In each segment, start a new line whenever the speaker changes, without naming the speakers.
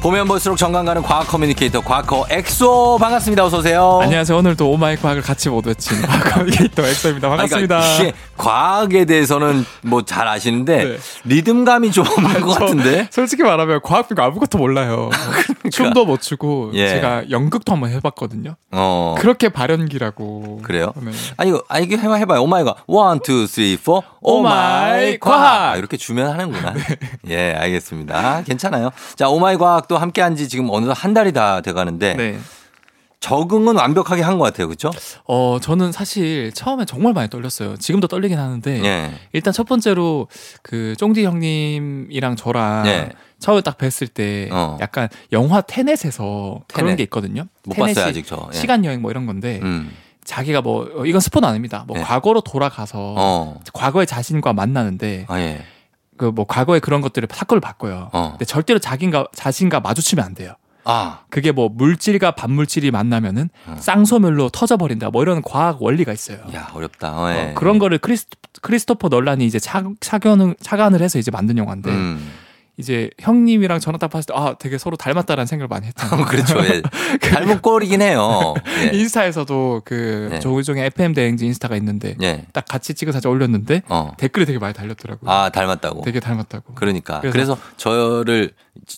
보면 볼수록 정감 가는 과학 커뮤니케이터 과커 엑소 반갑습니다. 어서 오세요.
안녕하세요. 오늘 또 오마이 과학을 같이 못 외친 과학게이터 엑소입니다.
아니, 그러니까
반갑습니다.
이게 과학에 대해서는 뭐 잘 아시는데
네. 아,
리듬감이 좀 없는 것
저
같은데. 그러니까.
솔직히 말하면 과학 비고 아무것도 몰라요. 춤도 못 추고
예.
제가 연극도 한번 해봤거든요.
어.
그렇게 발연기라고.
그래요?
네.
아니 이거 아니 이게 해봐 해봐 오마이가 원, 투, 쓰리, 포 오마이
오마이
과학
과학.
아, 이렇게 주면 하는구나.
네.
예, 알겠습니다. 아, 괜찮아요. 자 오마이 과학도 함께한 지 지금 어느덧 한 달이 다 돼가는데
네.
적응은 완벽하게 한 것 같아요, 그렇죠?
어, 저는 사실 처음에 정말 많이 떨렸어요. 지금도 떨리긴 하는데.
예,
일단 첫 번째로 그 쫑디 형님이랑 저랑
예.
처음에 딱 뵀을 때
어.
약간 영화 테넷에서
테넷.
그런 게 있거든요.
못
테넷이
봤어요 아직 저. 예.
시간 여행 뭐 이런 건데
음.
자기가 뭐 어, 이건 스포는 아닙니다. 뭐
네.
과거로 돌아가서
어.
과거의 자신과 만나는데
아 예.
그 뭐 과거의 그런 것들을 사건을 바꿔요.
어.
근데 절대로 자기가 자신과 마주치면 안 돼요.
아.
그게 뭐 물질과 반물질이 만나면은
어.
쌍소멸로 터져버린다. 뭐 이런 과학 원리가 있어요.
야 어렵다. 어, 예.
어, 그런 거를 크리스, 크리스토퍼 널란이 이제 차, 차견을, 차관을 해서 이제 만든 영화인데
음.
이제 형님이랑 저랑 딱 봤을 때 아 되게 서로 닮았다라는 생각을 많이 했잖아요.
그렇죠. 예. 닮은 꼴이긴 해요. 예.
인스타에서도 그
네.
조우종의 FM 대행지 인스타가 있는데
예.
딱 같이 찍은 사진 올렸는데
어.
댓글이 되게 많이 달렸더라고요.
아 닮았다고.
되게 닮았다고.
그러니까. 그래서,
그래서-
저를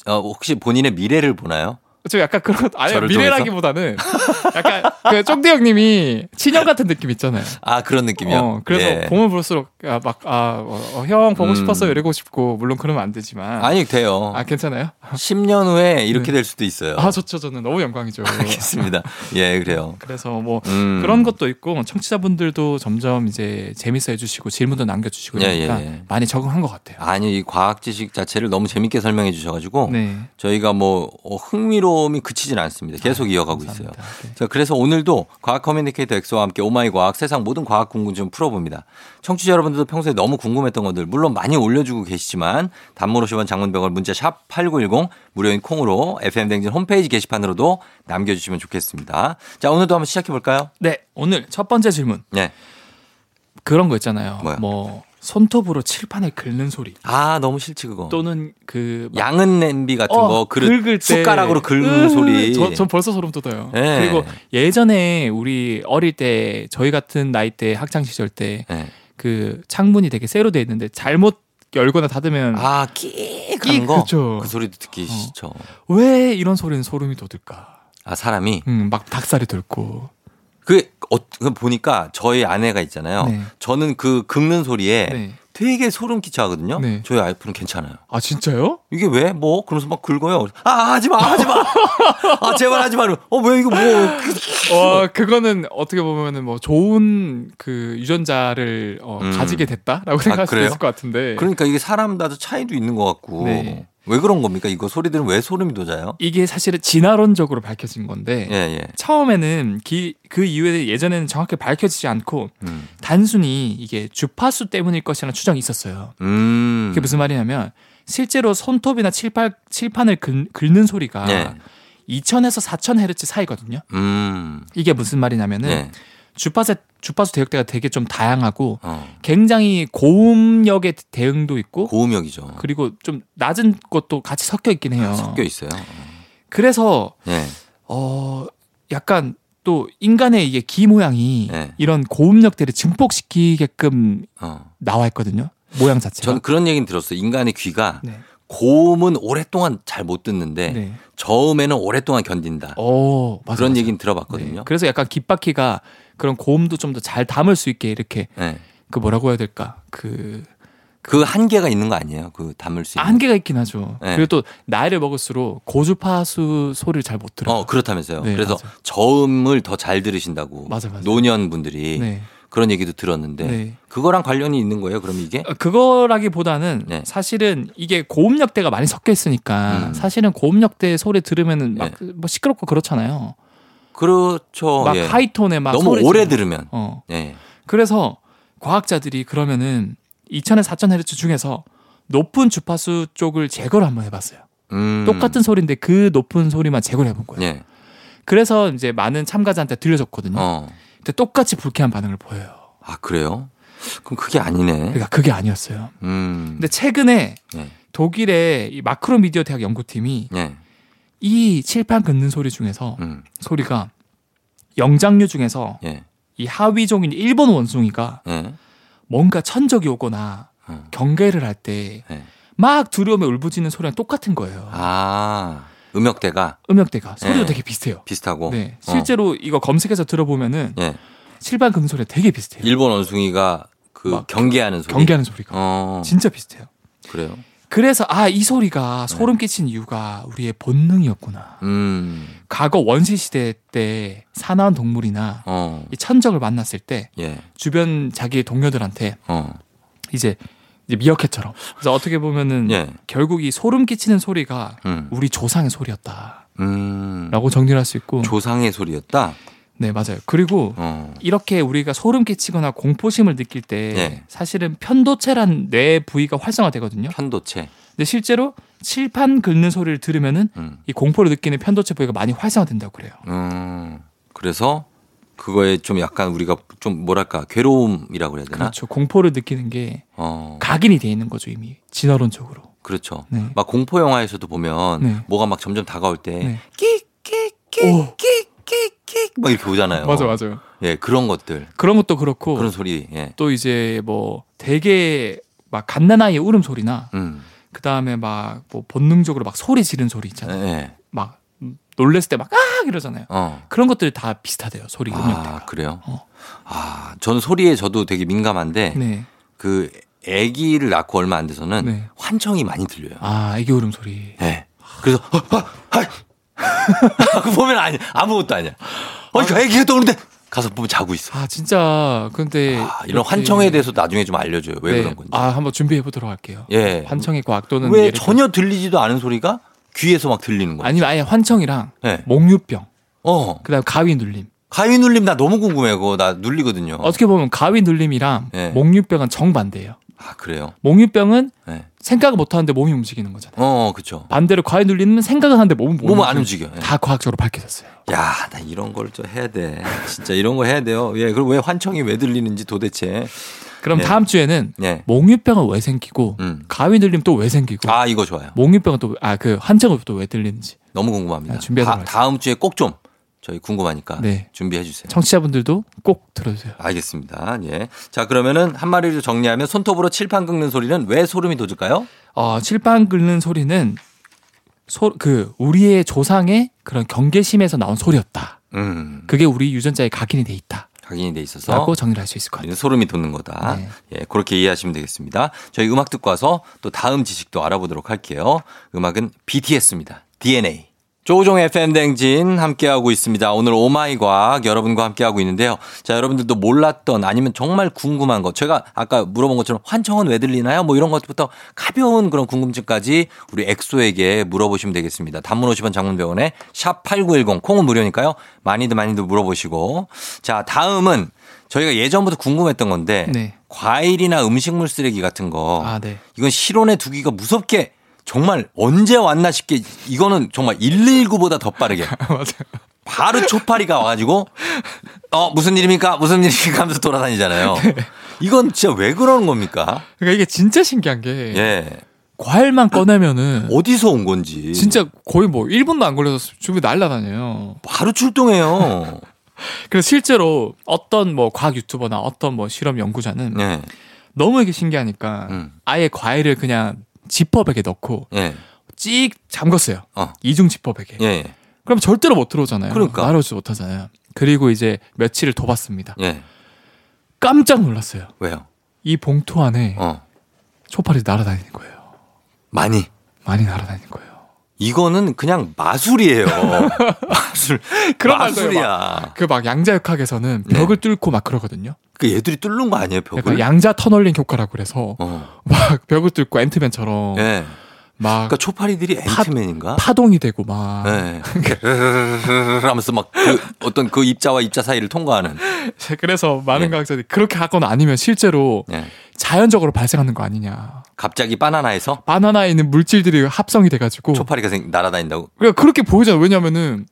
어, 혹시 본인의 미래를 보나요?
저 약간 그런 것- 아니
저를
미래라기보다는 약간 그 쫑대 형님이 친형 같은 느낌 있잖아요.
아 그런 느낌이요.
어, 그래서
예.
보면 볼수록 아, 막아형 보고
음.
싶었어 이러고 싶고 물론 그러면 안 되지만
아니 뭐. 어. 돼요.
아 괜찮아요?
10년 후에 이렇게 될 수도 있어요.
아 좋죠 저는 너무 영광이죠.
알겠습니다. 예 그래요.
그래서 뭐
음.
그런 것도 있고 청취자분들도 점점 이제 재밌어 해주시고 질문도 남겨주시고
예,
그러니까
예, 예.
많이 적응한 것 같아요.
아니 이 과학 지식 자체를 너무 재밌게 설명해 주셔가지고
네.
저희가 뭐 어, 흥미로움이 그치진 않습니다. 계속 이어가고 있어요.
아, 감사합니다. 네.
자, 그래서 오늘도 과학 커뮤니케이터 엑소와 함께 오마이 과학 세상 모든 과학 궁금증 풀어봅니다. 청취자 여러분들도 평소에 너무 궁금했던 것들 물론 많이 올려주고 계시지만 단문 50원 장문병원 문자 샵 8910 무료인 콩으로 FM댕진 홈페이지 게시판으로도 남겨주시면 좋겠습니다. 자 오늘도 한번 시작해볼까요?
네, 오늘 첫 번째 질문
네.
그런 거 있잖아요.
뭐요?
뭐 손톱으로 칠판을 긁는 소리
아 너무 싫지 그거.
또는 그
양은 냄비 같은
어,
거 그릇
긁을 때.
숟가락으로 긁는
으흐,
소리.
저, 전 벌써 소름 돋아요.
예.
그리고 예전에 우리 어릴 때 저희 같은 나이 때 학창 시절
네.
때 그 창문이 되게 세로 돼 있는데 잘못 열거나 닫으면
아 끼익
끼익,
하는 거.
그쵸.
그 소리도
어.
듣기 싫죠.
왜 이런 소리는 소름이 돋을까?
아 사람이
음, 막 닭살이 돋고.
그 어, 그 보니까 저희 아내가 있잖아요.
네.
저는 그 긁는 소리에
네. 되게
되게 소름 끼쳐하거든요.
네.
저희 아이프는 괜찮아요.
아 진짜요?
이게 왜? 뭐? 그러면서 막 긁어요. 아 하지 마, 하지 마. 아 제발 하지 마. 어 왜 이거 뭐?
어 그거는 어떻게 보면은 뭐 좋은 그 유전자를 어,
음.
가지게 됐다라고 생각할 수도
그래요?
있을 것 같은데.
그러니까 이게 사람마다 차이도 있는 것 같고
네.
왜 그런 겁니까? 이거 소리들은 왜 소름이 돋아요?
이게 사실은 진화론적으로 밝혀진 건데
예 예.
처음에는 기- 그 이후에 예전에는 정확히 밝혀지지 않고
음.
단순히 이게 주파수 때문일 것이라는 추정이 있었어요.
음.
그게 무슨 말이냐면 실제로 손톱이나 칠팔, 칠판을 긁, 는 소리가
예.
2000에서 4000헤르츠 사이거든요.
음.
이게 무슨 말이냐면은
예.
주파수 주파수 대역대가 되게 좀 다양하고
어.
굉장히 고음역의 대응도 있고
고음역이죠.
그리고 좀 낮은 것도 같이 섞여 있긴 해요.
아, 섞여 있어요.
그래서
예.
어 약간 또 인간의 이게 귀 모양이
네.
이런 고음역대를 증폭시키게끔
어.
나와 있거든요. 모양 자체가.
저는 그런 얘기는 들었어요. 인간의 귀가
네.
고음은 오랫동안 잘 못 듣는데
네.
저음에는 오랫동안 견딘다.
어, 맞아.
그런
맞아.
얘기는
네.
들어봤거든요.
그래서 약간 귓바퀴가 그런 고음도 좀 더 잘 담을 수 있게 이렇게
네.
그 뭐라고 해야 될까? 그
그 한계가 있는 거 아니에요? 그 담을 수
아,
있는.
한계가 있긴 하죠.
네.
그리고 또 나이를 먹을수록 고주파수 소리를 잘 못 들어요.
어 그렇다면서요.
네,
그래서
맞아요. 저음을
저음을 더 잘 들으신다고
맞아, 맞아.
노년분들이
네.
그런 얘기도 들었는데
네.
그거랑 관련이 있는 거예요. 그럼 이게
어, 그거라기보다는
네.
사실은 이게 고음역대가 많이 섞여 있으니까
음. 네.
사실은 고음역대 소리 들으면은 막 뭐 시끄럽고 그렇잖아요.
그렇죠.
막
예.
하이톤에 막
너무
소리
오래
지르는-
들으면
어.
예.
그래서 과학자들이 그러면은 2000에 4000 헤르츠 중에서 높은 주파수 쪽을 제거를 한번 해봤어요.
음.
똑같은 소리인데 그 높은 소리만 재고를 해본 거예요.
예.
그래서 이제 많은 참가자한테 들려줬거든요.
어.
근데 똑같이 불쾌한 반응을 보여요.
아 그래요? 그럼 그게 아니네.
그러니까 그게 아니었어요.
음.
근데 최근에
예.
독일의 이 마크로 미디어 대학 연구팀이
예.
이 칠판 긋는 소리 중에서
음.
소리가 영장류 중에서
예.
이 하위종인 일본 원숭이가
예.
뭔가 천적이 오거나
어.
경계를 할 때 막
예.
두려움에 울부짖는 소리랑 똑같은 거예요.
아 음역대가
음역대가 소리도
예.
되게 비슷해요.
비슷하고.
네,
어.
실제로 이거 검색해서 들어보면은
예.
칠판 긁는 소리가 되게 비슷해요.
일본 원숭이가 그
막
경계하는 소리.
경계하는 소리가
어.
진짜 비슷해요.
그래요.
그래서 아 이 소리가
네.
소름 끼친 이유가 우리의 본능이었구나.
음.
과거 원시 시대 때 사나운 동물이나
어.
이 천적을 만났을 때
예.
주변 자기 동료들한테
어.
이제, 이제 미어캣처럼 그래서 어떻게 보면은
예.
결국 이 소름 끼치는 소리가
음.
우리 조상의 소리였다라고
음.
정리할 수 있고
조상의 소리였다.
네 맞아요. 그리고
어.
이렇게 우리가 소름 끼치거나 공포심을 느낄 때
예.
사실은 편도체란 뇌 부위가 활성화되거든요.
편도체.
근데 실제로 칠판 긁는 소리를 들으면은
음.
이 공포를 느끼는 편도체 부위가 많이 활성화된다고 그래요.
음. 그래서 그거에 좀 약간 우리가 좀 뭐랄까 괴로움이라고 해야 되나?
그렇죠. 공포를 느끼는 게
어.
각인이 돼 있는 거죠 이미 진화론적으로.
그렇죠.
네.
막 공포 영화에서도 보면
네.
뭐가 막 점점 다가올 때
네. 오.
끽끽끽끽끽 막 이렇게 오잖아요.
맞아 맞아요.
예, 그런 것들.
그런 것도 그렇고
그런 소리. 예.
또 이제 뭐 되게 막 갓난아이의 울음소리나
음.
그 다음에 막 뭐 본능적으로 막 소리 지른 소리 있잖아요.
예.
막 놀랬을 때 막 아 이러잖아요.
어.
그런 것들이 다 비슷하대요 소리 음역대가.
아, 그래요?
어.
아, 저는 소리에 저도 되게 민감한데
네.
그 아기를 낳고 얼마 안 돼서는
네.
환청이 많이 들려요.
아, 애기 울음 소리.
예. 그래서 어, 어, 하이. 하고 보면 아니 아무것도 아니야. 어, 이거 아기가 또 오는데 가서 보면 자고 있어.
아, 진짜. 근데
아, 이런
이렇게-
환청에 대해서 나중에 좀 알려줘요. 왜
네.
그런 건지.
아, 한번 준비해 보도록 할게요.
예.
환청의 과학 또는
왜
예를 들어-
전혀 들리지도 않은 소리가 귀에서 막 들리는 거야?
아니면 뭐 아예 환청이랑
예.
목유병,
어.
그다음 가위 눌림.
가위 눌림 나 너무 궁금해. 그거 나 눌리거든요.
어. 떻게 보면 가위 눌림이랑
네.
목유병은 정반대예요.
아, 그래요.
목유병은
예.
생각을 못 하는데 몸이 움직이는 거잖아요.
어, 어, 그쵸.
반대로 과위 눌림은 생각을 하는데 몸은 못
몸은 안
움직이는
움직여. 예.
다 과학적으로 밝혀졌어요.
야, 나 이런 걸 좀 해야 돼. 진짜 이런 거 해야 돼요. 예, 그리고 왜 환청이 왜 들리는지 도대체.
그럼
네.
다음 주에는
예.
목유병은 왜 생기고
음.
가위 눌림 또 왜 생기고
아, 이거 좋아요.
목유병은 또 아 그 환청은 또 왜 들리는지
너무 궁금합니다.
아, 준비하도록 하겠습니다.
다, 음 주에 꼭 좀 저희 궁금하니까
네.
준비해 주세요.
청취자분들도 꼭 들어주세요.
알겠습니다. 예. 자, 그러면은 한 마리를 정리하면 손톱으로 칠판 긁는 소리는 왜 소름이 돋을까요?
어, 칠판 긁는 소리는 소, 그 우리의 조상의 그런 경계심에서 나온 소리였다.
음.
그게 우리 유전자에 각인이 돼 있다라고
각인이 돼 있어서
정리를 할 수 있을 것 같아요.
우리는 소름이 돋는 거다.
네.
예, 그렇게 이해하시면 되겠습니다. 저희 음악 듣고 와서 또 다음 지식도 알아보도록 할게요. 음악은 BTS입니다. DNA. 조종의 팬댕진 함께하고 있습니다. 오늘 오마이과학 여러분과 함께하고 있는데요. 자, 여러분들도 몰랐던 아니면 정말 궁금한 것. 제가 아까 물어본 것처럼 환청은 왜 들리나요? 뭐 이런 것부터 가벼운 그런 궁금증까지 우리 엑소에게 물어보시면 되겠습니다. 단문 50원 장문병원에 샵8910 콩은 무료니까요. 많이들 많이들 물어보시고. 자, 다음은 저희가 예전부터 궁금했던 건데
네.
과일이나 음식물 쓰레기 같은 거
아, 네.
이건 실온에 두기가 무섭게 정말 언제 왔나 싶게 이거는 정말 119보다 더 빠르게
맞아요.
바로 초파리가 와가지고 어 무슨 일입니까 무슨 일입니까 하면서 돌아다니잖아요.
네.
이건 진짜 왜 그러는 겁니까?
그러니까 이게 진짜 신기한 게
예
과일만 꺼내면은
어디서 온 건지
진짜 거의 뭐 1분도 안 걸려서 주변에 날아다녀요.
바로 출동해요.
그래서 실제로 어떤 뭐 과학 유튜버나 어떤 뭐 실험 연구자는
예
너무 이게 신기하니까
음.
아예 과일을 그냥 지퍼백에 넣고
예.
찍 잠궜어요.
어.
이중 지퍼백에.
예,
그럼 절대로 못 들어오잖아요.
그러니까.
날아오지 못하잖아요. 그리고 이제 며칠을 둬봤습니다.
예.
깜짝 놀랐어요.
왜요?
이 봉투 안에
어,
초파리 날아다니는 거예요.
많이.
많이 날아다니는 거예요.
이거는 그냥 마술이에요. 마술.
그런 말도 해요,
마술이야.
그 막 양자역학에서는
네.
벽을 뚫고 막 그러거든요.
그 얘들이 뚫는 거 아니에요, 벽을?
약간 양자 터널링 효과라고 그래서
어.
막 벽을 뚫고 앤트맨처럼
예.
막
그러니까 초파리들이
어. 아. 파-
앤트맨인가?
파동이 그러니까 되고 막
예. 르르르르르 하면서 막 그 어떤 그 입자와 입자 사이를 통과하는.
그래서 많은
예.
과학자들이 그렇게 하거나 아니면 실제로
예.
자연적으로 발생하는 거 아니냐.
갑자기 바나나에서
바나나에 있는 물질들이 합성이 돼가지고
초파리가 생- 날아다닌다고?
그러니까 그렇게 보이잖아요. 왜냐면은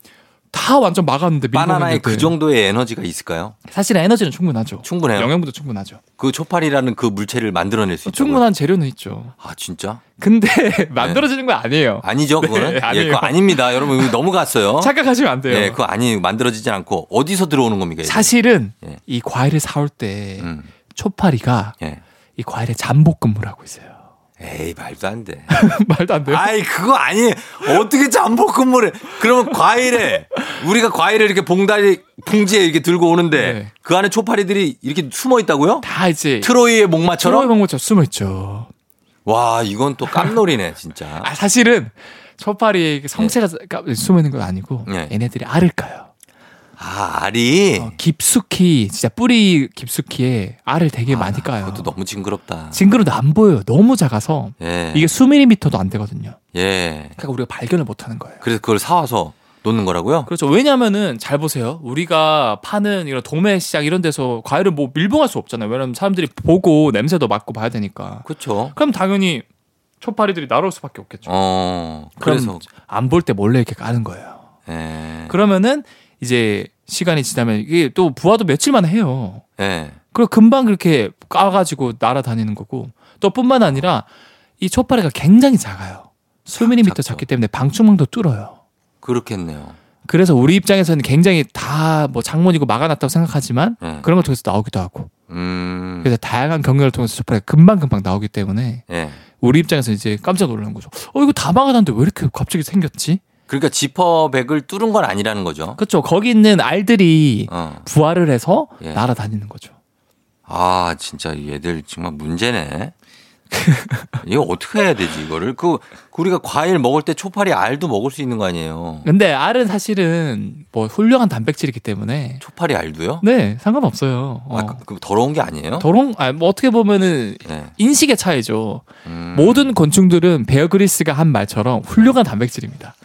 다 완전 막았는데
바나나에
밀어냈는데.
그 정도의 에너지가 있을까요?
사실은 에너지는 충분하죠.
충분해요.
영양분도 충분하죠.
그 초파리라는 그 물체를 만들어낼 수 있다고.
충분한 재료는 있죠.
아 진짜?
근데 만들어지는 건 아니에요.
네. 아니죠 그거는?
네, 아니에요.
예, 그거 아닙니다. 여러분 이거 넘어갔어요.
착각하시면 안 돼요.
예, 그거 아니 만들어지진 않고 어디서 들어오는 겁니까? 이게?
사실은
예.
이 과일을 사올 때
음,
초파리가
예.
이 과일에 잠복근무를 하고 있어요.
에이 말도 안 돼.
말도 안 돼요.
아이 그거 아니 어떻게 잠복근무를? 그러면 과일에 우리가 과일을 이렇게 봉다리 봉지에 이렇게 들고 오는데
네.
그 안에 초파리들이 이렇게 숨어 있다고요?
다 이제
트로이의 목마처럼?
트로이 방울처럼 숨어 있죠.
와 이건 또 깜놀이네 진짜.
아 사실은 초파리의 성체가 까- 숨어 있는 건 아니고
네.
네. 얘네들이 알을 까요.
아 알이
어, 깊숙이 진짜 뿌리 깊숙이에 알을 되게 많이 까요.
그것도 너무 징그럽다.
징그러도 안 보여요. 너무 작아서
예.
이게 수밀리미터도 안 되거든요.
예.
네. 그러니까 우리가 발견을 못 하는 거예요.
그래서 그걸 사와서 놓는 거라고요?
그렇죠. 왜냐면은 잘 보세요. 우리가 파는 이런 도매 시장 이런 데서 과일을 뭐 밀봉할 수 없잖아요. 왜냐면 사람들이 보고 냄새도 맡고 봐야 되니까.
그렇죠.
그럼 당연히 초파리들이 날아올 수밖에 없겠죠.
어.
그래서
그래서
안 볼 때 몰래 이렇게 까는 거예요. 네.
예.
그러면은 이제 시간이 지나면 이게 또 부화도 며칠 만에 해요.
예.
그리고 금방 그렇게 까가지고 날아다니는 거고 또 뿐만 아니라 이 초파리가 굉장히 작아요. 수미리미터
작죠.
작기 때문에 방충망도 뚫어요.
그렇겠네요.
그래서 우리 입장에서는 굉장히 다 뭐 장문이고 막아놨다고 생각하지만
예.
그런 걸 통해서 나오기도 하고
음.
그래서 다양한 경로를 통해서 초파리가 금방 금방 나오기 때문에
예.
우리 입장에서 이제 깜짝 놀란 거죠. 어 이거 다 막아놨는데 왜 이렇게 갑자기 생겼지?
그러니까 지퍼백을 뚫은 건 아니라는 거죠.
그렇죠. 거기 있는 알들이
어.
부활을 해서
예.
날아다니는 거죠.
아, 진짜 얘들 정말 문제네. 이거 어떻게 해야 되지 이거를? 그 우리가 과일 먹을 때 초파리 알도 먹을 수 있는 거 아니에요?
근데 알은 사실은 뭐 훌륭한 단백질이기 때문에
초파리 알도요?
네 상관없어요. 어.
아, 그, 그 더러운 게 아니에요?
더러운 아뭐 어떻게 보면은
예.
인식의 차이죠.
음.
모든 곤충들은 베어그리스가 한 말처럼 훌륭한 단백질입니다.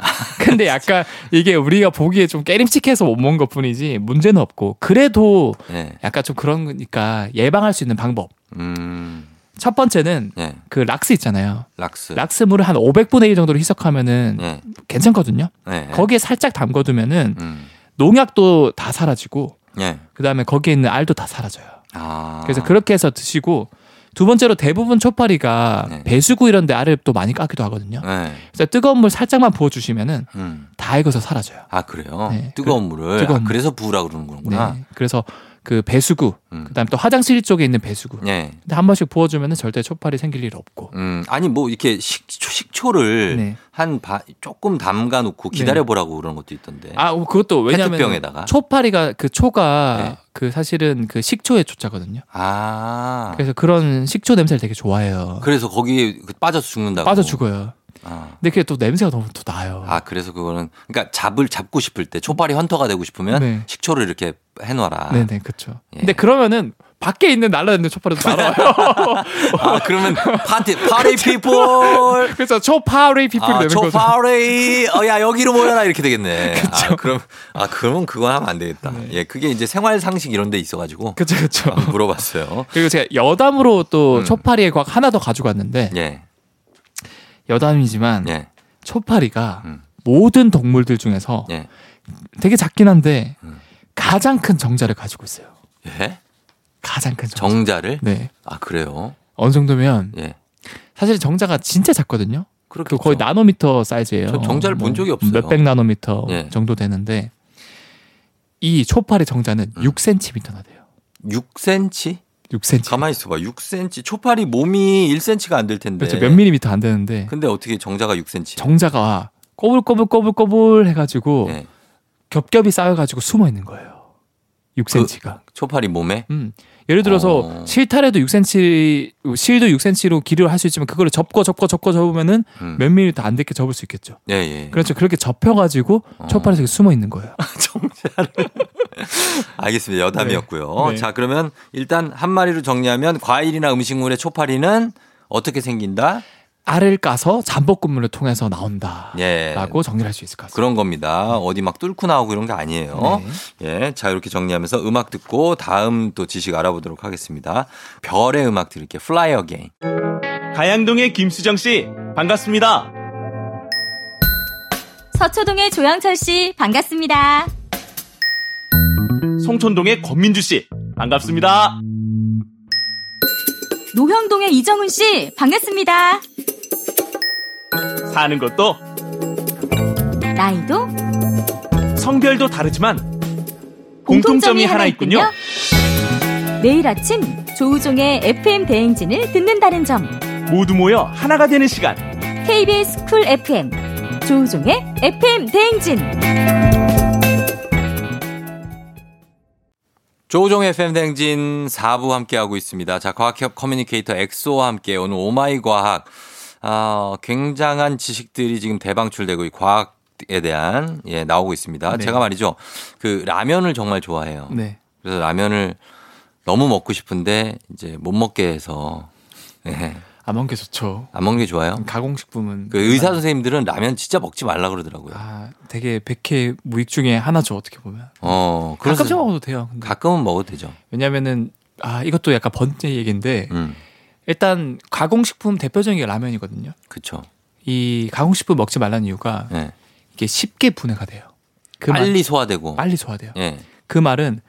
근데 약간 이게 우리가 보기에 좀 깨림칙해서 못 먹은 것뿐이지 문제는 없고 그래도
예.
약간 좀 그런 거니까 예방할 수 있는 방법
음.
첫 번째는
예.
그 락스 있잖아요.
락스.
락스 물을 한 500분의 1 정도로 희석하면은
예.
괜찮거든요.
예.
거기에 살짝 담궈두면은
음.
농약도 다 사라지고
예.
그다음에 거기에 있는 알도 다 사라져요.
아.
그래서 그렇게 해서 드시고 두 번째로 대부분 초파리가
네.
배수구 이런 데 알을 또 많이 깎기도 하거든요.
예.
그래서 뜨거운 물 살짝만 부어 주시면은
음.
다 익어서 사라져요.
아 그래요?
네.
뜨거운 물을
뜨거운
아,
물.
그래서 부라 그러는
네.
거구나.
그래서 그 배수구
음.
그다음에 또 화장실 쪽에 있는 배수구
예.
근데 한 번씩 부어 주면은 절대 초파리 생길 일 없고.
음, 아니 뭐 이렇게 식초, 식초를
네.
한 바, 조금 담가 놓고
네.
기다려 보라고 그런 것도 있던데.
아, 그것도 왜냐면
네. 페트병에다가?
초파리가 그 초가
네.
그 사실은 그 식초의 초자거든요.
아.
그래서 그런 식초 냄새를 되게 좋아해요.
그래서 거기에 그 빠져서 죽는다고.
빠져 죽어요.
아.
근데 그게 또 냄새가 너무 또 나요.
아, 그래서 그거는 그러니까 잡을 잡고 싶을 때 초파리 헌터가 되고 싶으면
네.
식초를 이렇게 해 놔라.
네네, 그쵸.
예.
근데 그러면은 밖에 있는 날라다니는 초파리도 날아와요.
아, 그러면 파티 파리 피플
그래서 초파리 피플이
아,
되는 거죠.
초파리. 어, 야, 여기로 모여라. 이렇게 되겠네. 아, 그럼, 아, 그러면 그거 하면 안 되겠다.
네.
예, 그게 이제 생활 상식 이런 데 있어가지고
그쵸, 그쵸.
한번 물어봤어요.
그리고 제가 여담으로 또
아. 음.
초파리의 과학 하나 더 가져갔는데
예,
여담이지만
예,
초파리가
음.
모든 동물들 중에서
예.
되게 작긴 한데
음.
가장 큰 정자를 가지고 있어요.
예?
가장 큰 정자.
정자를?
네.
아, 그래요?
어느 정도면
예.
사실 정자가 진짜 작거든요. 그
그렇게
거의 나노미터 사이즈예요. 뭐
저 정자를 본 적이 없어요.
몇백 나노미터
예.
정도 되는데 이 초파리 정자는
음.
6cm나 돼요.
6cm?
6cm.
가만히 있어봐. 6cm. 초파리 몸이 1cm가 안 될 텐데.
그렇죠. 몇 밀리미터 안 되는데
근데 어떻게 정자가 6cm?
정자가 꼬불꼬불꼬불꼬불 해가지고
예.
겹겹이 쌓여가지고 숨어 있는 거예요. 6cm가.
초파리 몸에?
음. 예를 들어서
그 어.
실타래도 6cm, 실도 6cm로 길이를 할 수 있지만 그거를 접고 접고 접고 접으면은
음.
몇 밀리미터 안 되게 접을 수 있겠죠.
예, 예.
그렇죠. 그렇게 접혀가지고
어.
초파리 속에 숨어 있는 거예요.
알겠습니다. 여담이었고요.
네. 네.
자, 그러면 일단 한 마리로 정리하면 과일이나 음식물의 초파리는 어떻게 생긴다?
알을 까서 잠복근무를 통해서 나온다라고
예.
정리할 수 있을 것 같습니다.
그런 겁니다. 어디 막 뚫고 나오고 이런 게 아니에요.
네.
예. 자, 이렇게 정리하면서 음악 듣고 다음 또 지식 알아보도록 하겠습니다. 별의 음악 들을게요. Fly Again.
가양동의 김수정 씨 반갑습니다.
서초동의 조영철 씨 반갑습니다.
송촌동의 권민주 씨 반갑습니다.
노형동의 이정훈 씨 반갑습니다.
사는 것도
나이도
성별도 다르지만
공통점이
공통점이 하나 있군요.
매일 아침 조우종의 FM 대행진을 듣는다는 점.
모두 모여 하나가 되는 시간.
KBS 쿨 FM 조우종의 FM 대행진.
조종 FM 댕진 4부 함께하고 있습니다. 자, 과학협 커뮤니케이터 엑소와 함께 오늘 오마이 과학. 아, 굉장한 지식들이 지금 대방출되고 이 과학에 대한 예, 나오고 있습니다.
네.
제가 말이죠. 그 라면을 정말 좋아해요.
네.
그래서 라면을 너무 먹고 싶은데 이제 못 먹게 해서 예,
안 먹는 게 아, 좋죠.
안 먹는 게 좋아요.
가공식품은
그 의사 선생님들은 라면 진짜 먹지 말라 그러더라고요.
음. 아 되게 백해 무익 중에 하나죠 어떻게 보면.
어, 그래서
가끔씩 먹어도 돼요. 근데.
가끔은 먹어도 되죠.
왜냐면은 아 이것도 약간 번째 얘기인데
음,
일단 가공식품 대표적인 게 라면이거든요.
그쵸.
이 가공식품 먹지 말라는 이유가
예.
이게 쉽게 분해가 돼요. 그 말,
빨리 소화되고.
빨리 소화돼요.
예.
그 말은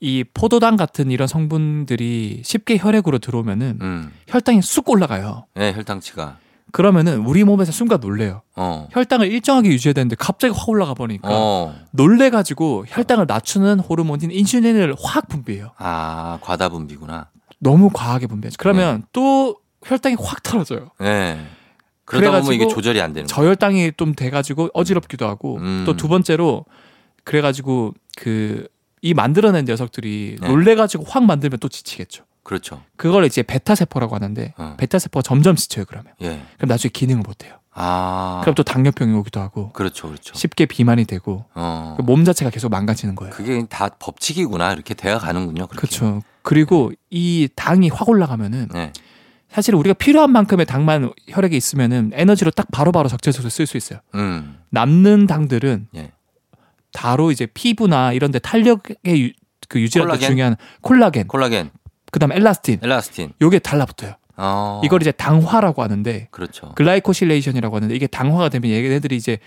이 포도당 같은 이런 성분들이 쉽게 혈액으로 들어오면은
음.
혈당이 쑥 올라가요.
네, 혈당치가.
그러면은 우리 몸에서 순간 놀래요.
어.
혈당을 일정하게 유지해야 되는데 갑자기 확 올라가 버리니까
어.
놀래가지고 혈당을 낮추는 호르몬인 인슐린을 확 분비해요.
아, 과다 분비구나.
너무 과하게 분비해요. 그러면
네.
또 혈당이 확 떨어져요.
예. 그러다
그래가지고
보면 이게 조절이 안 되는 거예요.
저혈당이 좀 돼가지고 어지럽기도 하고
네. 음.
또 두 번째로 그래가지고 그 이 만들어낸 녀석들이
네.
놀래가지고 확 만들면 또 지치겠죠.
그렇죠.
그걸 이제 베타 세포라고 하는데
어.
베타 세포가 점점 지쳐요 그러면.
예.
그럼 나중에 기능을 못 해요.
아.
그럼 또 당뇨병이 오기도 하고
그렇죠. 그렇죠.
쉽게 비만이 되고
어.
그몸 자체가 계속 망가지는 거예요.
그게 다 법칙이구나. 이렇게 돼야 가는군요. 그렇게.
그렇죠. 그리고 이 당이 확 올라가면은
네.
사실 우리가 필요한 만큼의 당만 혈액에 있으면은 에너지로 딱 바로바로 적재적소에 쓸 수 있어요.
음.
남는 당들은
예.
바로 이제 피부나 이런 데 탄력의 유, 그 유지할 때
콜라겐?
중요한 콜라겐,
콜라겐,
그다음 엘라스틴.
엘라스틴.
요게 달라붙어요.
어.
이걸 이제 당화라고 하는데
그렇죠.
글라이코실레이션이라고 하는데 이게 당화가 되면 얘네들이 이제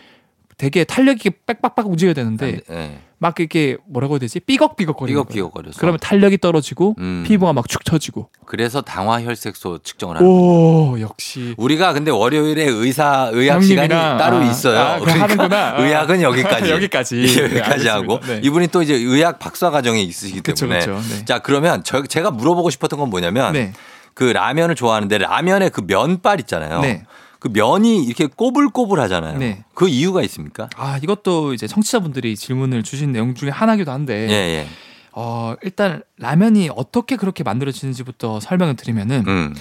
되게 탄력이 빽빽빽 움직여야 되는데
예.
막 이렇게 뭐라고 해야 되지? 삐걱삐걱거리는 거예요.
삐걱삐걱거려서.
그러면 탄력이 떨어지고
음.
피부가 막 축 처지고.
그래서 당화 혈색소 측정을 하는
오, 역시
우리가 근데 월요일에 의사 의학 시간이
형님이랑-
따로
아,
있어요. 그러니까
아, 그럼 하는구나. 아.
의학은 여기까지.
여기까지.
예,
네,
여기까지
알겠습니다.
하고
네.
이분이 또 이제 의학 박사 과정에 있으시기
그쵸,
때문에.
그쵸. 네.
자 그러면 저, 제가 물어보고 싶었던 건 뭐냐면
네.
그 라면을 좋아하는데 라면에 그 면발 있잖아요.
네.
그 면이 이렇게 꼬불꼬불하잖아요.
네.
그 이유가 있습니까?
아, 이것도 이제 청취자분들이 질문을 주신 내용 중에 하나기도 한데,
예, 예.
어, 일단 라면이 어떻게 그렇게 만들어지는지부터 설명을 드리면은,
음.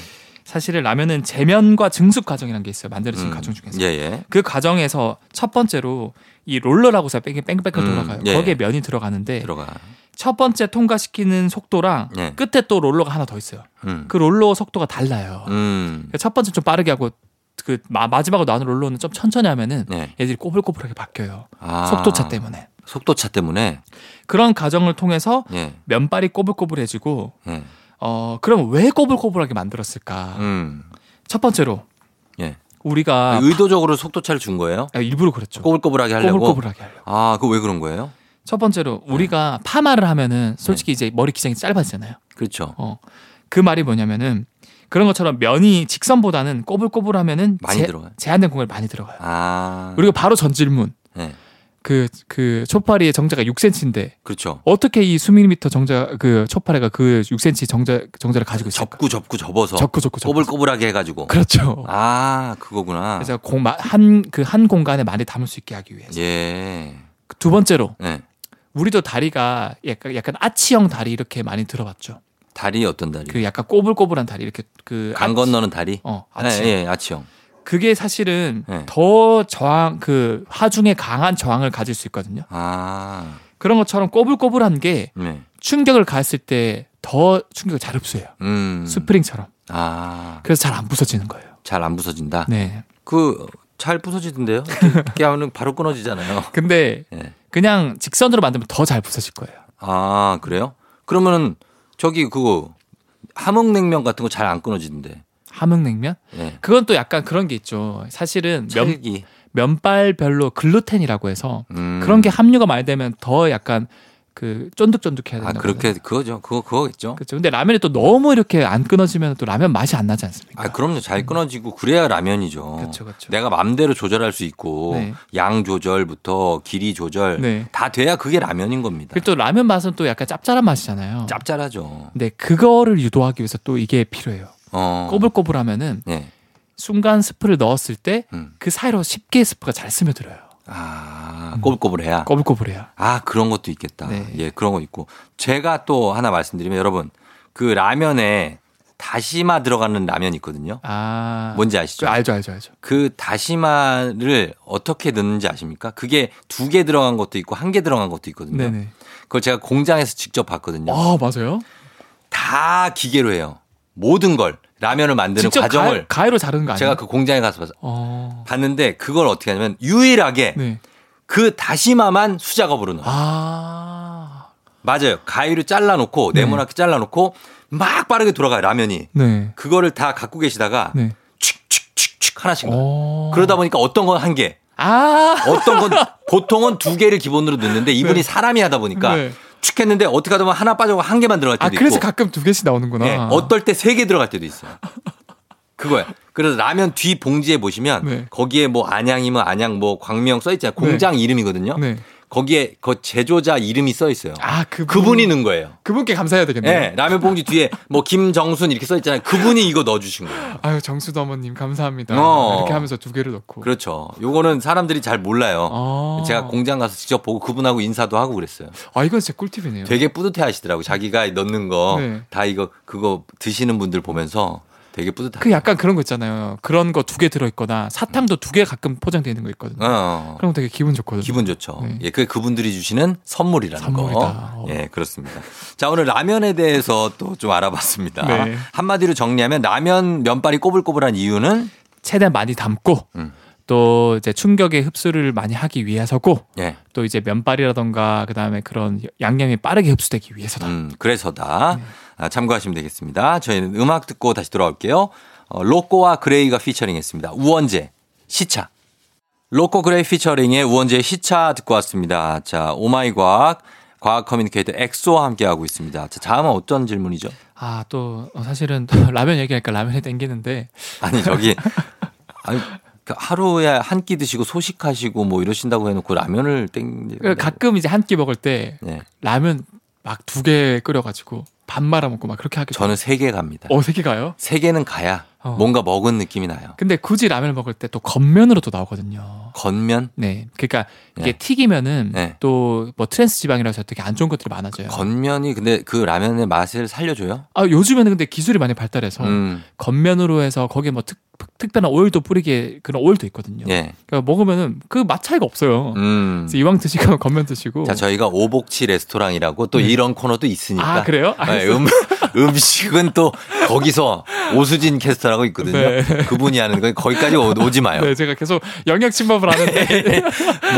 사실은 라면은 재면과 증습 과정이라는 게 있어요. 만들어진
음.
과정 중에서.
예, 예.
그 과정에서 첫 번째로 이 롤러라고 해서 뺑뺑 뺑뺑
음,
돌아가요.
예.
거기에 면이 들어가는데
들어가.
첫 번째 통과시키는 속도랑
예.
끝에 또 롤러가 하나 더 있어요.
음.
그 롤러 속도가 달라요.
음.
그러니까 첫 번째 좀 빠르게 하고 그 마, 지막으로 나오는 롤러는 좀 천천히 하면은
예.
얘들이 꼬불꼬불하게 바뀌어요.
아.
속도차 때문에.
속도차 때문에.
그런 과정을 통해서
예.
면발이 꼬불꼬불해지고
예.
어 그럼 왜 꼬불꼬불하게 만들었을까?
음.
첫 번째로
예.
우리가
의도적으로 속도차를 준 거예요?
아, 일부러 그랬죠.
꼬불꼬불하게 하려고. 네.
꼬불꼬불하게 하려고.
아, 그 왜 그런 거예요?
첫 번째로 우리가 파마를 하면은
네.
솔직히 이제 머리 기장이 짧아지잖아요.
그렇죠.
어그 말이 뭐냐면은 그런 것처럼 면이 직선보다는 꼬불꼬불하면은
많이
제,
들어가요.
제한된 공간이 많이 들어가요.
아.
그리고 바로 전 질문
네.
그 그 초파리의 정자가 6cm인데
그렇죠.
어떻게 이 수미리미터 정자 그 초파리가 그 6cm 정자 정자를 가지고 있을까?
접고 접고 접어서
접고 접고 접고.
꼬불꼬불하게 해가지고.
그렇죠.
아, 그거구나.
그래서 공한그 한 공간에 많이 담을 수 있게 하기 위해서.
예.
두 번째로
네.
우리도 다리가 약간 약간 아치형 다리 이렇게 많이 들어봤죠.
다리 어떤 다리?
그 약간 꼬불꼬불한 다리 이렇게 그
강
아치-
건너는 다리?
어 아치.
예, 예, 아치형.
그게 사실은
네.
더 저항 그 하중에 강한 저항을 가질 수 있거든요.
아.
그런 것처럼 꼬불꼬불한 게
네.
충격을 가했을 때 더 충격을 잘 흡수해요.
음.
스프링처럼.
아.
그래서 잘 안 부서지는 거예요.
잘 안 부서진다.
네.
그 잘 부서지던데요. 이렇게 이렇게 하면 바로 끊어지잖아요.
근데
네.
그냥 직선으로 만들면 더 잘 부서질 거예요.
아 그래요? 그러면은 저기 그거 함흥냉면 같은 거 잘 안 끊어지던데.
함흥냉면?
예.
그건 또 약간 그런 게 있죠. 사실은 면,
찰기.
면발별로 글루텐이라고 해서
음.
그런 게 함유가 많이 되면 더 약간 그 쫀득쫀득해야
아
된다.
그렇게 그거죠. 그거 그거겠죠.
그렇죠. 근데 라면이 또 너무 이렇게 안 끊어지면 또 라면 맛이 안 나지 않습니까?
아 네. 그럼요. 잘 끊어지고 그래야 라면이죠.
음. 그렇죠, 그렇죠.
내가 마음대로 조절할 수 있고
네.
양 조절부터 길이 조절
네.
다 돼야 그게 라면인 겁니다.
그리고 또 라면 맛은 또 약간 짭짤한 맛이잖아요.
짭짤하죠.
근데 그거를 유도하기 위해서 또 이게 필요해요.
어.
꼬불꼬불하면은
네.
순간 스프를 넣었을 때 그
음.
사이로 쉽게 스프가 잘 스며들어요.
아 꼬불꼬불해야.
꼬불꼬불해요.
아 그런 것도 있겠다.
음. 네.
예 그런 거 있고 제가 또 하나 말씀드리면 여러분 그 라면에 다시마 들어가는 라면 있거든요.
아,
뭔지 아시죠?
그 알죠, 알죠, 알죠.
그 다시마를 어떻게 넣는지 아십니까? 그게 두 개 들어간 것도 있고 한 개 들어간 것도 있거든요.
네네.
그걸 제가 공장에서 직접 봤거든요.
아, 맞아요.
다 기계로 해요. 모든 걸 라면을 만드는
직접
과정을
가, 위로 자르는 거 아니에요?
제가 그 공장에 가서 봤-
어,
봤는데 그걸 어떻게 하냐면 유일하게
네.
그 다시마만 수작업으로 넣어요.
아,
맞아요. 가위로 잘라놓고
네.
네모나게 잘라놓고 막 빠르게 돌아가요 라면이.
네,
그거를 다 갖고 계시다가
네.
칙칙칙칙 하나씩 넣어요.
어,
그러다 보니까 어떤 건 한 개,
아,
어떤 건 보통은 두 개를 기본으로 넣는데 이분이 사람이 하다 보니까
네.
축 했는데 어떻게 하다 보면 하나 빠져고 한 개만 들어갈 때도
아, 그래서
있고.
가끔 두 개씩 나오는구나.
네, 어떨 때 세 개 들어갈 때도 있어요. 그거야. 그래서 라면 뒤 봉지에 보시면
네.
거기에 뭐 안양이면 안양 뭐 광명 써 있잖아요. 공장 이름이거든요.
네.
거기에 그 제조자 이름이 써 있어요.
아, 그분,
그분이 넣은 거예요.
그분께 감사해야 되겠네요.
예, 라면 봉지 뒤에 뭐 김정순 이렇게 써 있잖아요. 그분이 이거 넣어 주신 거예요.
아유 정수도 어머님 감사합니다.
어.
이렇게 하면서 두 개를 넣고.
그렇죠. 요거는 사람들이 잘 몰라요.
아.
제가 공장 가서 직접 보고 그분하고 인사도 하고 그랬어요.
아 이건 진짜 꿀팁이네요.
되게 뿌듯해 하시더라고. 자기가 넣는 거
네.
다 이거 그거 드시는 분들 보면서 되게 뿌듯하.
그 약간 그런 거 있잖아요. 그런 거 두 개 들어있거나 사탕도 두 개 가끔 포장되어 있는 거 있거든요.
어, 어.
그럼 되게 기분 좋거든요.
기분 좋죠.
네.
예, 그게 그분들이 주시는 선물이라는
선물이다.
거.
어.
예, 그렇습니다. 자, 오늘 라면에 대해서 또 좀 알아봤습니다.
네.
한마디로 정리하면 라면 면발이 꼬불꼬불한 이유는
최대한 많이 담고
음.
또 이제 충격의 흡수를 많이 하기 위해서고
예,
또 이제 면발이라던가 그다음에 그런 양념이 빠르게 흡수되기 위해서다.
음, 그래서다. 아, 참고하시면 되겠습니다. 저희는 음악 듣고 다시 돌아올게요. 어, 로꼬와 그레이가 피처링했습니다. 우원재 시차. 로꼬 그레이 피처링의 우원재 시차 듣고 왔습니다. 자, 오마이 과학 과학 커뮤니케이터 엑소와 함께하고 있습니다. 자, 다음은 어떤 질문이죠?
아 또 사실은 라면 얘기하니까 라면에 땡기는데
아니 저기 아니 그 하루에 한 끼 드시고 소식하시고 뭐 이러신다고 해놓고 라면을 땡.
그러니까 가끔 이제 한 끼 먹을 때
네,
라면 막 두 개 끓여가지고 밥 말아 먹고 막 그렇게 하게.
저는 세 개 갑니다.
어색해 가요?
세 개는 가야
어.
뭔가 먹은 느낌이 나요.
근데 굳이 라면을 먹을 때 또 겉면으로 또 나오거든요.
건면,
네. 그러니까 이게
네.
튀기면은
네.
또 뭐 트랜스 지방이라서 되게 안 좋은 것들이 많아져요.
건면이 근데 그 라면의 맛을 살려줘요.
아, 요즘에는 근데 기술이 많이 발달해서
음,
겉면으로 해서 거기에 뭐 특, 별한 오일도 뿌리게 그런 오일도 있거든요.
예,
그러니까 먹으면은 그 맛 차이가 없어요.
음.
그래서 이왕 드시면 겉면 드시고.
자 저희가 오복치 레스토랑이라고 또
네.
이런 코너도 있으니까.
아, 그래요?
네, 음, 음식은 또 거기서 오수진 캐스터라고 있거든요.
네.
그분이 하는 거 거기까지 오- 오지 마요.
네, 제가 계속 영양 침범을 하는데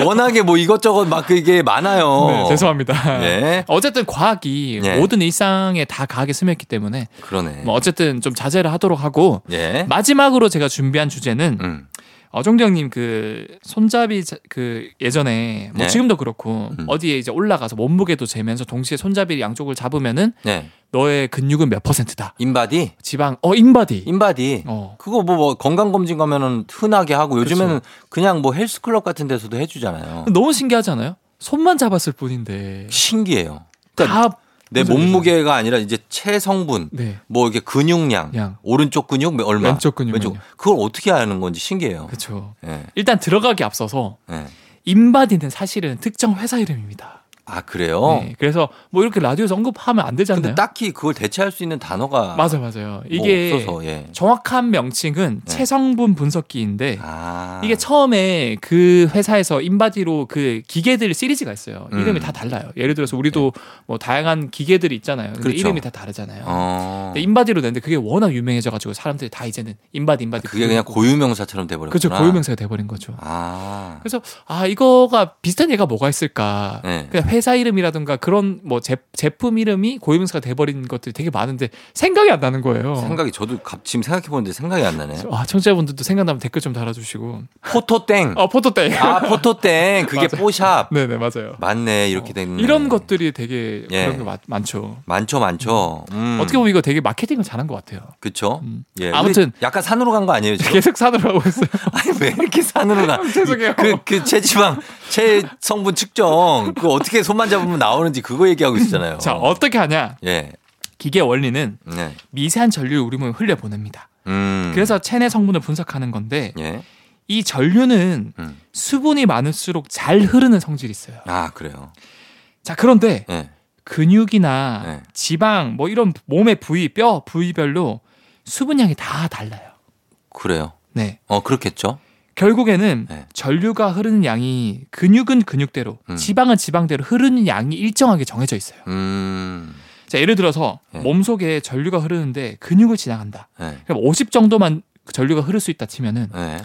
워낙에 뭐 이것저것 막 그게 많아요.
네, 죄송합니다.
예.
어쨌든 과학이
예.
모든 일상에 다 과학에 스며있기 때문에
그러네.
뭐 어쨌든 좀 자제를 하도록 하고
예. 마지막으로
마지막으로 제가 준비한 주제는
음.
어정정님 그 손잡이 자- 그 예전에 뭐
네.
지금도 그렇고
음.
어디에 이제 올라가서 몸무게도 재면서 동시에 손잡이 양쪽을 잡으면은
예.
너의 근육은 몇 퍼센트다
인바디?
지방 어 인바디
인바디.
어
그거 뭐, 뭐 건강검진 가면은 흔하게 하고 요즘에는 그냥뭐 헬스클럽 같은 데서도 해주잖아요.
너무 신기하잖아요 손만 잡았을 뿐인데
신기해요. 그러니까
다
내 몸무게가 아니라 이제 체성분,
네
뭐 이렇게 근육량,
양.
오른쪽 근육 얼마,
왼쪽 근육은요?
그걸 어떻게 아는 건지 신기해요.
그렇죠
예.
일단 들어가기 앞서서
예.
인바디는 사실은 특정 회사 이름입니다
아 그래요?
네, 그래서 뭐 이렇게 라디오에서 언급하면 안
근데
되잖아요.
딱히 그걸 대체할 수 있는 단어가
맞아 맞아요.
뭐
이게
없어서 예.
정확한 명칭은
네.
체성분 분석기인데
아
이게 처음에 그 회사에서 인바디로 그 기계들 시리즈가 있어요.
음. 네.
이름이 다 달라요. 예를 들어서 우리도 뭐 다양한 기계들이 있잖아요. 근데
그렇죠.
이름이 다 다르잖아요.
어,
근데 인바디로 냈는데 그게 워낙 유명해져가지고 사람들이 다 이제는 인바디 인바디
아, 그게 그냥
부르고.
고유명사처럼 돼버렸구나.
그렇죠 고유명사가 돼버린 거죠.
아
그래서 아 이거가 비슷한 예가 뭐가 있을까?
네.
그냥 회사 이름이라든가 그런 뭐 제, 제품 이름이 고유명사가 돼버린 것들이 되게 많은데 생각이 안 나는 거예요.
생각이 저도 갑- 지금 생각해 보는데 생각이 안 나네.
아 청취자분들도 생각나면 댓글 좀 달아주시고.
포토땡.
아 포토땡.
아 포토땡 그게
맞아.
포샵.
네네 맞아요.
맞네 이렇게 된.
어, 이런 것들이 되게
예.
그런 게 많, 많죠.
많죠 많죠. 음.
어떻게 보면 이거 되게 마케팅을 잘한 것 같아요.
그쵸?
음.
예.
아무튼.
우리 약간 산으로 간 거 아니에요 지금?
계속 사느라고 했어요.
아니 왜 이렇게 산으로 가?
음, 죄송해요.
그, 그 체지방, 체성분 측정 그 어떻게 손만 잡으면 나오는지 그거 얘기하고 있잖아요.
자 어떻게 하냐?
예,
기계 원리는
네,
미세한 전류 우림을 흘려 보냅니다.
음,
그래서 체내 성분을 분석하는 건데
예,
이 전류는
음.
수분이 많을수록 잘 흐르는 성질이 있어요.
아 그래요.
자 그런데
예,
근육이나
네.
지방 뭐 이런 몸의 부위 뼈 부위별로 수분량이 다 달라요.
그래요.
네.
어 그렇겠죠.
결국에는
네.
전류가 흐르는 양이 근육은 근육대로
음.
지방은 지방대로 흐르는 양이 일정하게 정해져 있어요.
음,
자, 예를 들어서
네.
몸속에 전류가 흐르는데 근육을 지나간다.
예,
그럼 50 정도만 전류가 흐를 수 있다 치면은
예,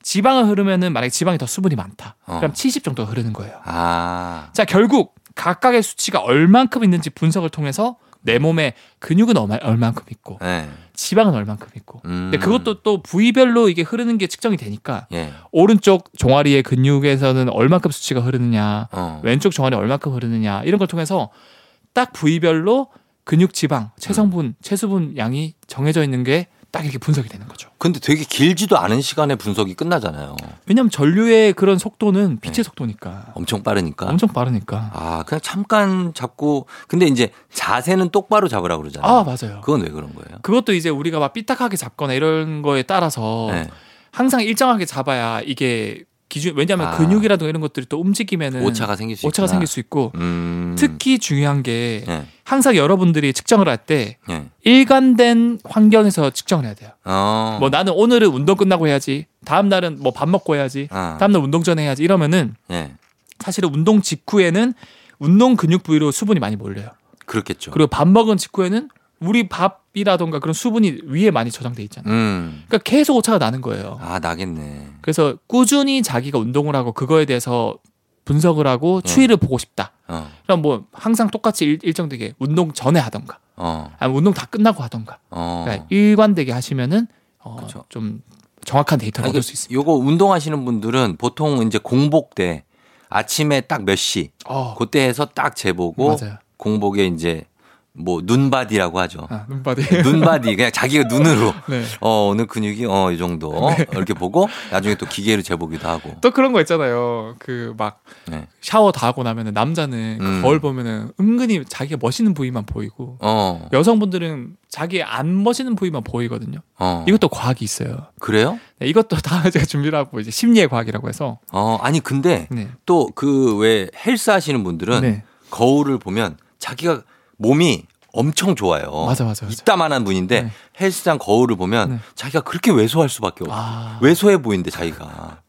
지방을 흐르면은 만약에 지방이 더 수분이 많다.
어.
그럼 70 정도 흐르는 거예요.
아,
자, 결국 각각의 수치가 얼만큼 있는지 분석을 통해서 내 몸에 근육은 얼마, 얼만큼 있고
예,
지방은 얼만큼 있고.
음,
근데 그것도 또 부위별로 이게 흐르는 게 측정이 되니까
예,
오른쪽 종아리의 근육에서는 얼만큼 수치가 흐르느냐,
어,
왼쪽 종아리 얼만큼 흐르느냐 이런 걸 통해서 딱 부위별로 근육
음.
지방, 체성분, 체수분 양이 정해져 있는 게 딱 이렇게 분석이 되는 거죠.
근데 되게 길지도 않은 시간에 분석이 끝나잖아요.
왜냐하면 전류의 그런 속도는 빛의
네.
속도니까
엄청 빠르니까.
엄청 빠르니까.
아, 그냥 잠깐 잡고 근데 이제 자세는 똑바로 잡으라 고 그러잖아요.
아 맞아요.
네. 그건 왜 그런 거예요?
그것도 이제 우리가 막 삐딱하게 잡거나 이런 거에 따라서
네.
항상 일정하게 잡아야 이게 기준 왜냐하면
아.
근육이라든가 이런 것들이 또 움직이면은
오차가 생길 수
네. 오차가
있구나.
생길 수 있고
음.
특히 중요한 게
예.
항상 여러분들이 측정을 할 때
예.
일관된 환경에서 측정을 해야 돼요.
어.
뭐 나는 오늘은 운동 끝나고 해야지. 다음 날은 뭐 밥 먹고 해야지.
아.
다음 날 운동 전에 해야지. 이러면은
예.
사실은 운동 직후에는 운동 근육 부위로 수분이 많이 몰려요.
그렇겠죠.
그리고 밥 먹은 직후에는 우리 밥이라던가 그런 수분이 위에 많이 저장돼 있잖아요.
음.
그러니까 계속 오차가 나는 거예요.
아, 나겠네.
그래서 꾸준히 자기가 운동을 하고 그거에 대해서 분석을 하고
네.
추이를 보고 싶다.
어.
그럼 뭐 항상 똑같이 일, 일정되게 운동 전에 하던가
어.
아니면 운동 다 끝나고 하던가
어.
그러니까 일관되게 하시면은 어,
그쵸.
좀 정확한 데이터를
아니, 그
얻을 수 있습니다.
요거 운동하시는 분들은 보통 이제 공복 때 아침에 딱 몇 시,
어,
그때 해서 딱 재보고
맞아요.
공복에 이제 뭐 눈바디라고 하죠.
아, 눈바디.
네. 눈바디 그냥 자기가 눈으로
네.
어 오늘 근육이 어 이 정도 이렇게 보고 나중에 또 기계로 재보기도 하고
또 그런 거 있잖아요. 그 막
네.
샤워 다 하고 나면은 남자는
음.
그 거울 보면은 은근히 자기가 멋있는 부위만 보이고
어,
여성분들은 자기 안 멋있는 부위만 보이거든요.
어.
이것도 과학이 있어요.
그래요?
네, 이것도 다 제가 준비를 하고 이제 심리의 과학이라고 해서
어 아니 근데
네.
또 그 왜 헬스 하시는 분들은
네.
거울을 보면 자기가 몸이 엄청 좋아요.
맞아 맞아 맞아.
이따만한 분인데
네.
헬스장 거울을 보면
네.
자기가 그렇게 왜소할 수밖에 없어.
아.
왜소해 보이는데 자기가.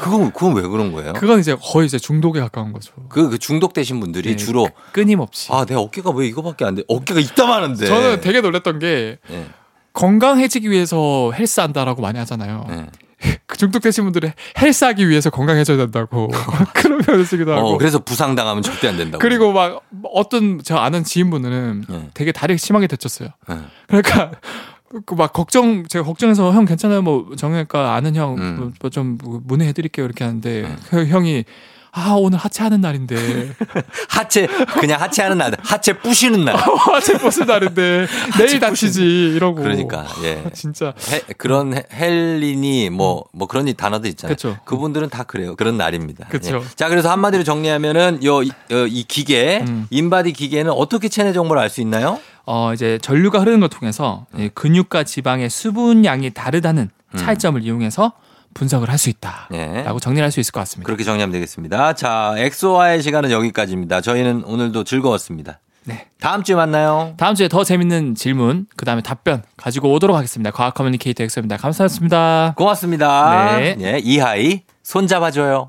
그건 그건 왜 그런 거예요? 그,
그건 이제 거의 이제 중독에 가까운 거죠.
그, 중독되신 분들이
네.
주로
끊임없이.
아 네. 내 어깨가 왜 이거밖에 안 돼? 어깨가 이따만한데.
저는 되게 놀랐던 게
예,
건강해지기 위해서 헬스한다라고 많이 하잖아요.
예.
그 중독되신 분들은 헬스하기 위해서 건강해져야 된다고 그런 표현을 쓰기도
어,
하고.
그래서 부상 당하면 절대 안 된다고.
그리고 막 어떤 저 아는 지인분은
예,
되게 다리가 심하게 다쳤어요.
예.
그러니까 그 막 걱정 제가 걱정해서 형 괜찮아요 뭐 정형외과 아는
음.
형좀 문의해드릴게요 이렇게 하는데
음.
그 형이 아 오늘 하체하는 날인데
하체 그냥 하체하는 날, 하체 부시는 날.
뭐 하체 벗을 날인데 내일 다치지 이러고
그러니까 예.
아, 진짜
해- 그런 해- 헬린이 뭐, 뭐 그런 이 단어도 있잖아요.
그쵸.
분들은다 그래요. 그런 날입니다.
그쵸.
예. 자, 그래서 한마디로 정리하면은 요, 이, 어, 이 기계,
음.
인바디 기계는 어떻게 체내 정보를 알 수 있나요?
어 이제 전류가
음.
흐르는 걸 통해서 이 근육과 지방의 수분 양이 다르다는 차이점을 이용해서 분석을 할 수 있다라고
네.
정리할 수 있을 것 같습니다.
그렇게 정리하면 되겠습니다. 자, 엑소와의 시간은 여기까지입니다. 저희는 오늘도 즐거웠습니다.
네.
다음 주에 만나요.
다음 주에 더 재밌는 질문, 그 다음에 답변 가지고 오도록 하겠습니다. 과학 커뮤니케이터 엑소입니다. 감사합니다.
고맙습니다.
네.
예, 이하이 손 잡아줘요.